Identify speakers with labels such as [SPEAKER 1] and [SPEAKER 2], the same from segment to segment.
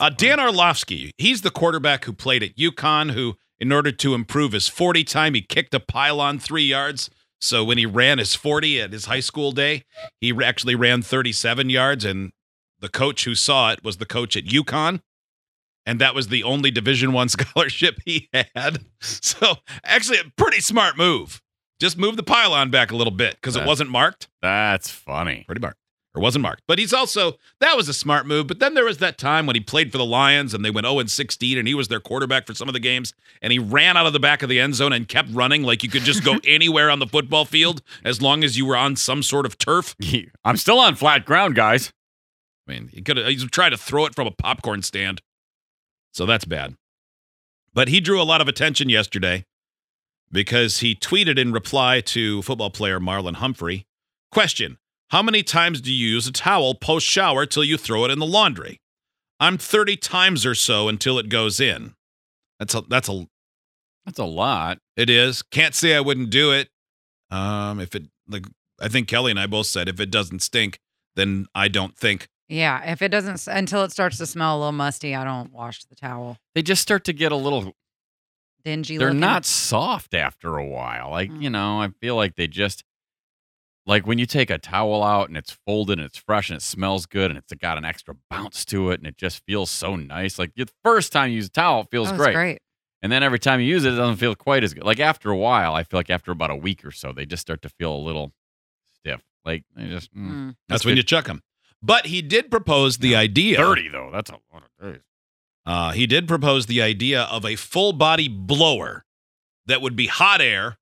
[SPEAKER 1] Uh, Dan Orlovsky, he's the quarterback who played at UConn, who, in order to improve his 40 time, he kicked a pylon three yards. So when he ran his 40 at his high school day, he ra- actually ran 37 yards. And the coach who saw it was the coach at UConn. And that was the only Division One scholarship he had. So actually, a pretty smart move. Just move the pylon back a little bit because it
[SPEAKER 2] That-
[SPEAKER 1] wasn't marked
[SPEAKER 2] That's funny.
[SPEAKER 1] pretty marked or wasn't marked. But he's also that was a smart move. But then there was that time when he played for the Lions and they went 0 and 16 and he was their quarterback for some of the games and he ran out of the back of the end zone and kept running like you could just go anywhere on the football field as long as you were on some sort of turf.
[SPEAKER 2] I'm still on flat ground, guys.
[SPEAKER 1] I mean, he could he's tried to throw it from a popcorn stand. So that's bad. But he drew a lot of attention yesterday because he tweeted in reply to football player Marlon Humphrey. Question How many times do you use a towel post shower till you throw it in the laundry? I'm 30 times or so until it goes in. That's a, that's a,
[SPEAKER 2] That's a lot.
[SPEAKER 1] it is. Can't say I wouldn't do it. Um, if it, like, I think Kelly and I both said if it doesn't stink, then I don't think.
[SPEAKER 3] Yeah, if it doesn't s- until it starts to smell a little musty, I don't wash the towel.
[SPEAKER 2] They just start to get a little.
[SPEAKER 3] Dingy.
[SPEAKER 2] They're
[SPEAKER 3] looking.
[SPEAKER 2] not soft after a while. Like you know, I feel like they just like when you take a towel out and it's folded and it's fresh and it smells good and it's got an extra bounce to it and it just feels so nice. Like the first time you use a towel, it feels
[SPEAKER 3] Oh, it's
[SPEAKER 2] great. And then every time you use it, it doesn't feel quite as good. Like after a while, I feel like after about a week or so, they just start to feel a little stiff. Like they just mm.
[SPEAKER 3] Mm.
[SPEAKER 1] That's when Hmm. you chuck them. But he did propose the idea.
[SPEAKER 2] dirty though. That's a lot of days.
[SPEAKER 1] Uh, he did propose the idea of a full body blower that would be hot air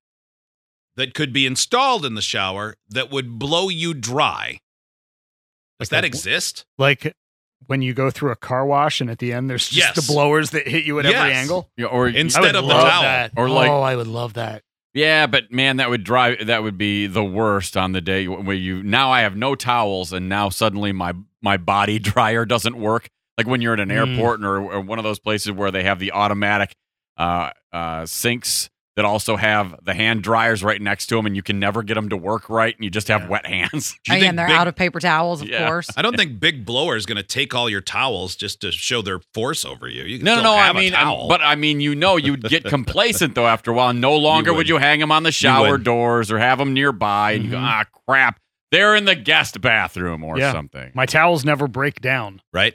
[SPEAKER 1] that could be installed in the shower that would blow you dry. Does
[SPEAKER 4] Like a
[SPEAKER 1] that
[SPEAKER 4] wh-
[SPEAKER 1] exist?
[SPEAKER 4] Like when you go through a car wash and at the end there's just
[SPEAKER 1] Yes.
[SPEAKER 4] the blowers that hit you at every
[SPEAKER 1] Yes.
[SPEAKER 4] angle.
[SPEAKER 2] Yeah, or
[SPEAKER 1] Instead
[SPEAKER 4] I would
[SPEAKER 1] of the
[SPEAKER 4] love
[SPEAKER 1] towel.
[SPEAKER 4] that.
[SPEAKER 2] Or like-
[SPEAKER 4] oh, I would love that.
[SPEAKER 2] Yeah, but man, that would drive. That would be the worst on the day where you now I have no towels, and now suddenly my my body dryer doesn't work. Like when you're at an
[SPEAKER 4] Mm.
[SPEAKER 2] airport or, or one of those places where they have the automatic uh, uh, sinks that also have the hand dryers right next to them, and you can never get them to work right, and you just have
[SPEAKER 4] Yeah.
[SPEAKER 2] wet hands.
[SPEAKER 1] Do you
[SPEAKER 3] Again,
[SPEAKER 1] think
[SPEAKER 3] they're
[SPEAKER 1] big-
[SPEAKER 3] out of paper towels, of
[SPEAKER 2] Yeah.
[SPEAKER 3] course.
[SPEAKER 1] I don't think Big Blower is going to take all your towels just to show their force over you. You can
[SPEAKER 2] No, no,
[SPEAKER 1] still
[SPEAKER 2] no. I
[SPEAKER 1] have a
[SPEAKER 2] mean, um,
[SPEAKER 1] towel.
[SPEAKER 2] but I mean, you know, you'd get complacent though after a while. No longer would.
[SPEAKER 1] would.
[SPEAKER 2] you hang them on the shower
[SPEAKER 1] would.
[SPEAKER 2] doors or have them nearby, and you go,
[SPEAKER 4] Mhm.
[SPEAKER 2] ah, crap, they're in the guest bathroom or
[SPEAKER 4] Yeah.
[SPEAKER 2] something.
[SPEAKER 4] My towels never break down.
[SPEAKER 1] right?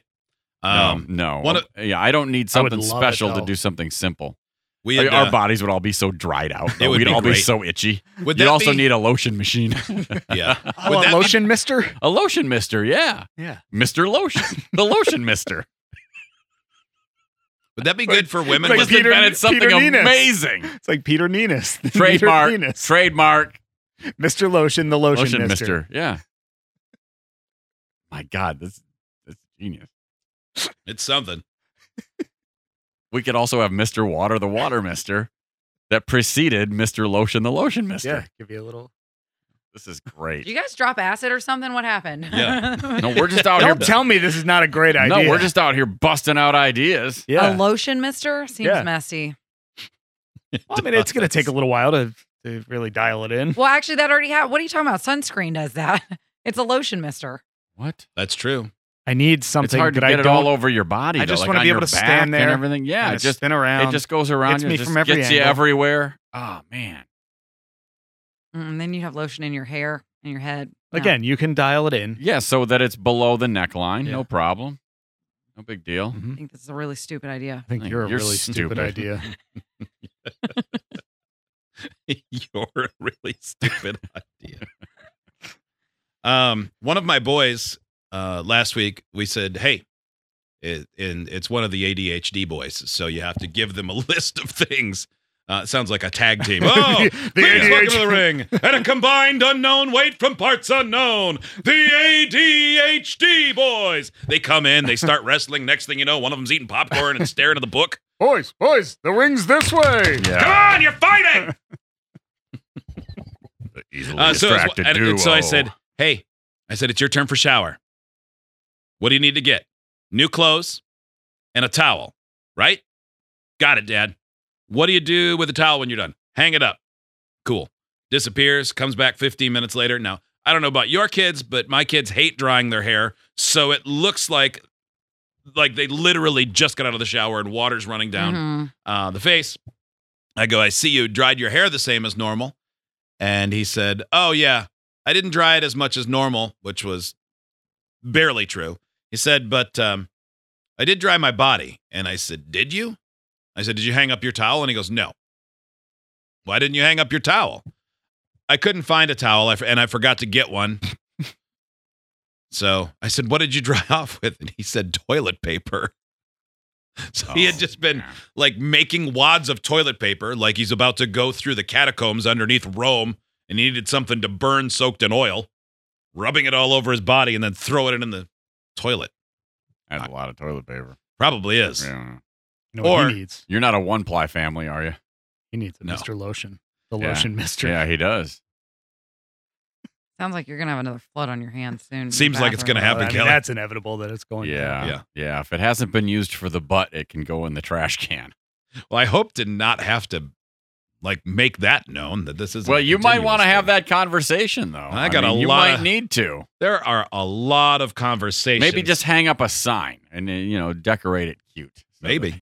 [SPEAKER 1] Um,
[SPEAKER 2] no, no.
[SPEAKER 1] one of-
[SPEAKER 2] yeah, I don't need
[SPEAKER 4] I would
[SPEAKER 2] something
[SPEAKER 4] love it,
[SPEAKER 2] special to
[SPEAKER 4] though.
[SPEAKER 2] do something simple.
[SPEAKER 1] we
[SPEAKER 2] Like,
[SPEAKER 1] had,
[SPEAKER 2] Our
[SPEAKER 1] uh,
[SPEAKER 2] bodies would all be so dried out. though.
[SPEAKER 1] would
[SPEAKER 2] We'd
[SPEAKER 1] be
[SPEAKER 2] all be
[SPEAKER 1] great.
[SPEAKER 2] so itchy.
[SPEAKER 1] would
[SPEAKER 2] You'd
[SPEAKER 1] that
[SPEAKER 2] also
[SPEAKER 1] be-
[SPEAKER 2] need a lotion machine,
[SPEAKER 1] yeah.
[SPEAKER 4] I
[SPEAKER 1] Oh, Would that
[SPEAKER 4] want
[SPEAKER 1] be-
[SPEAKER 4] lotion, Mister.
[SPEAKER 2] a lotion mister. Yeah,
[SPEAKER 4] Yeah.
[SPEAKER 2] Mister Lotion, the lotion mister.
[SPEAKER 1] Would that be good for women?
[SPEAKER 4] Like
[SPEAKER 1] with-
[SPEAKER 2] Just
[SPEAKER 4] Peter-
[SPEAKER 2] invented something
[SPEAKER 4] Peter Neenis.
[SPEAKER 2] amazing.
[SPEAKER 4] It's like Peter Nenis.
[SPEAKER 2] Trademark, trademark.
[SPEAKER 4] Mister Lotion, the lotion,
[SPEAKER 2] Ocean
[SPEAKER 4] Mister.
[SPEAKER 2] Mister. Yeah. My God, this this is genius.
[SPEAKER 1] it's something.
[SPEAKER 2] We could also have Mister Water, the Water Mister, that preceded Mister Lotion, the Lotion Mister.
[SPEAKER 4] Yeah, give you a little.
[SPEAKER 2] This is
[SPEAKER 3] Did
[SPEAKER 2] great.
[SPEAKER 3] you guys drop acid or something? What happened?
[SPEAKER 1] Yeah.
[SPEAKER 2] No, we're just out here.
[SPEAKER 4] Don't tell me this is not a great
[SPEAKER 2] Oh, no,
[SPEAKER 4] idea.
[SPEAKER 2] we're just out here busting out ideas.
[SPEAKER 3] A
[SPEAKER 4] yeah.
[SPEAKER 3] lotion, mister? Seems
[SPEAKER 4] Yeah.
[SPEAKER 3] messy.
[SPEAKER 4] Well, I mean, it's gonna take a little while to to really dial it in.
[SPEAKER 3] Well, actually, that already happened. What are you talking about? Sunscreen does that. It's a lotion, mister.
[SPEAKER 2] What?
[SPEAKER 1] That's true.
[SPEAKER 4] I need something
[SPEAKER 2] it's hard to
[SPEAKER 4] that I
[SPEAKER 2] get it
[SPEAKER 4] don't
[SPEAKER 2] all over your body.
[SPEAKER 4] I
[SPEAKER 2] though,
[SPEAKER 4] just
[SPEAKER 2] like
[SPEAKER 4] wanna
[SPEAKER 2] on
[SPEAKER 4] be able
[SPEAKER 2] your
[SPEAKER 4] to
[SPEAKER 2] back
[SPEAKER 4] stand
[SPEAKER 2] and
[SPEAKER 4] there
[SPEAKER 2] everything. Yeah,
[SPEAKER 4] kinda
[SPEAKER 2] it just
[SPEAKER 4] spin around.
[SPEAKER 2] it just goes around.
[SPEAKER 4] Hits
[SPEAKER 2] you,
[SPEAKER 4] me
[SPEAKER 2] just
[SPEAKER 4] from every
[SPEAKER 2] gets you
[SPEAKER 4] angle.
[SPEAKER 2] everywhere. Oh man,
[SPEAKER 3] Mm, And then you have lotion in your hair and your head. No.
[SPEAKER 4] again. You can dial it in.
[SPEAKER 2] yeah. So that it's below the neckline,
[SPEAKER 4] Yeah.
[SPEAKER 2] no problem. No big deal.
[SPEAKER 4] Mm-hmm.
[SPEAKER 3] I think this is a really stupid idea.
[SPEAKER 5] I think
[SPEAKER 2] Like,
[SPEAKER 5] you're a
[SPEAKER 2] you're
[SPEAKER 5] really stupid,
[SPEAKER 2] stupid.
[SPEAKER 5] idea.
[SPEAKER 1] You're a really stupid idea. Um, one of my boys uh, last week, we said, "Hey," it, and it's one of the ADHD boys, so you have to give them a list of things. Uh, it sounds like a tag team. Oh,
[SPEAKER 5] the E
[SPEAKER 1] the please welcome to
[SPEAKER 5] ADHD.
[SPEAKER 1] the ring and a combined unknown weight from parts unknown. The ADHD boys. They come in, they start wrestling. Next thing you know, one of them's eating popcorn and staring at the book.
[SPEAKER 5] Boys, boys, the ring's this way.
[SPEAKER 1] Come on, you're fighting.
[SPEAKER 2] Easily
[SPEAKER 1] Uh, so, it's-
[SPEAKER 2] distracted
[SPEAKER 1] and- and so I
[SPEAKER 2] duo.
[SPEAKER 1] said, "Hey, I said it's your turn for shower. What do you need to get? New clothes and a towel, right? Got it, Dad. What do you do with a towel when you're done? Hang it up. Cool. Disappears. Comes back 15 minutes later. Now I don't know about your kids, but my kids hate drying their hair, so it looks like." Like they literally just got out of the shower and water's running down
[SPEAKER 3] Mhm.
[SPEAKER 1] uh, the face. I go, I see you dried your hair the same as normal. And he said, Oh, yeah, I didn't dry it as much as normal, which was barely true. He said, But um, I did dry my body. And I said, Did you? I said, Did you hang up your towel? And he goes, No. Why didn't you hang up your towel? I couldn't find a towel I f- and I forgot to get one. so I said, What did you dry off with? And he said, Toilet paper. So he had
[SPEAKER 2] Oh,
[SPEAKER 1] just been
[SPEAKER 2] yeah.
[SPEAKER 1] like making wads of toilet paper, like he's about to go through the catacombs underneath Rome and he needed something to burn soaked in oil, rubbing it all over his body and then throw it in the toilet.
[SPEAKER 2] That's a lot of toilet paper.
[SPEAKER 1] Probably is.
[SPEAKER 2] Yeah.
[SPEAKER 5] You know what
[SPEAKER 1] Or-
[SPEAKER 5] he needs?
[SPEAKER 2] You're not a one ply family, are you?
[SPEAKER 5] He needs a
[SPEAKER 1] No.
[SPEAKER 5] Mr. Lotion. The
[SPEAKER 2] Yeah.
[SPEAKER 5] lotion mister.
[SPEAKER 2] Yeah, he does.
[SPEAKER 3] Sounds like you're gonna have another flood on your hands soon. in the
[SPEAKER 1] Seems like it's
[SPEAKER 3] bathroom.
[SPEAKER 1] gonna happen,
[SPEAKER 5] I mean,
[SPEAKER 1] Kelly.
[SPEAKER 5] that's inevitable that it's going
[SPEAKER 2] Yeah,
[SPEAKER 1] Yeah.
[SPEAKER 2] yeah, If it hasn't been used for the butt, it can go in the trash can.
[SPEAKER 1] Well, I hope to not have to like make that known that this is.
[SPEAKER 2] well, you might want to have that conversation though.
[SPEAKER 1] I got a
[SPEAKER 2] you
[SPEAKER 1] lot
[SPEAKER 2] might
[SPEAKER 1] of-
[SPEAKER 2] need to.
[SPEAKER 1] There are a lot of conversations.
[SPEAKER 2] Maybe just hang up a sign and uh, you know decorate it cute. so that
[SPEAKER 1] Maybe.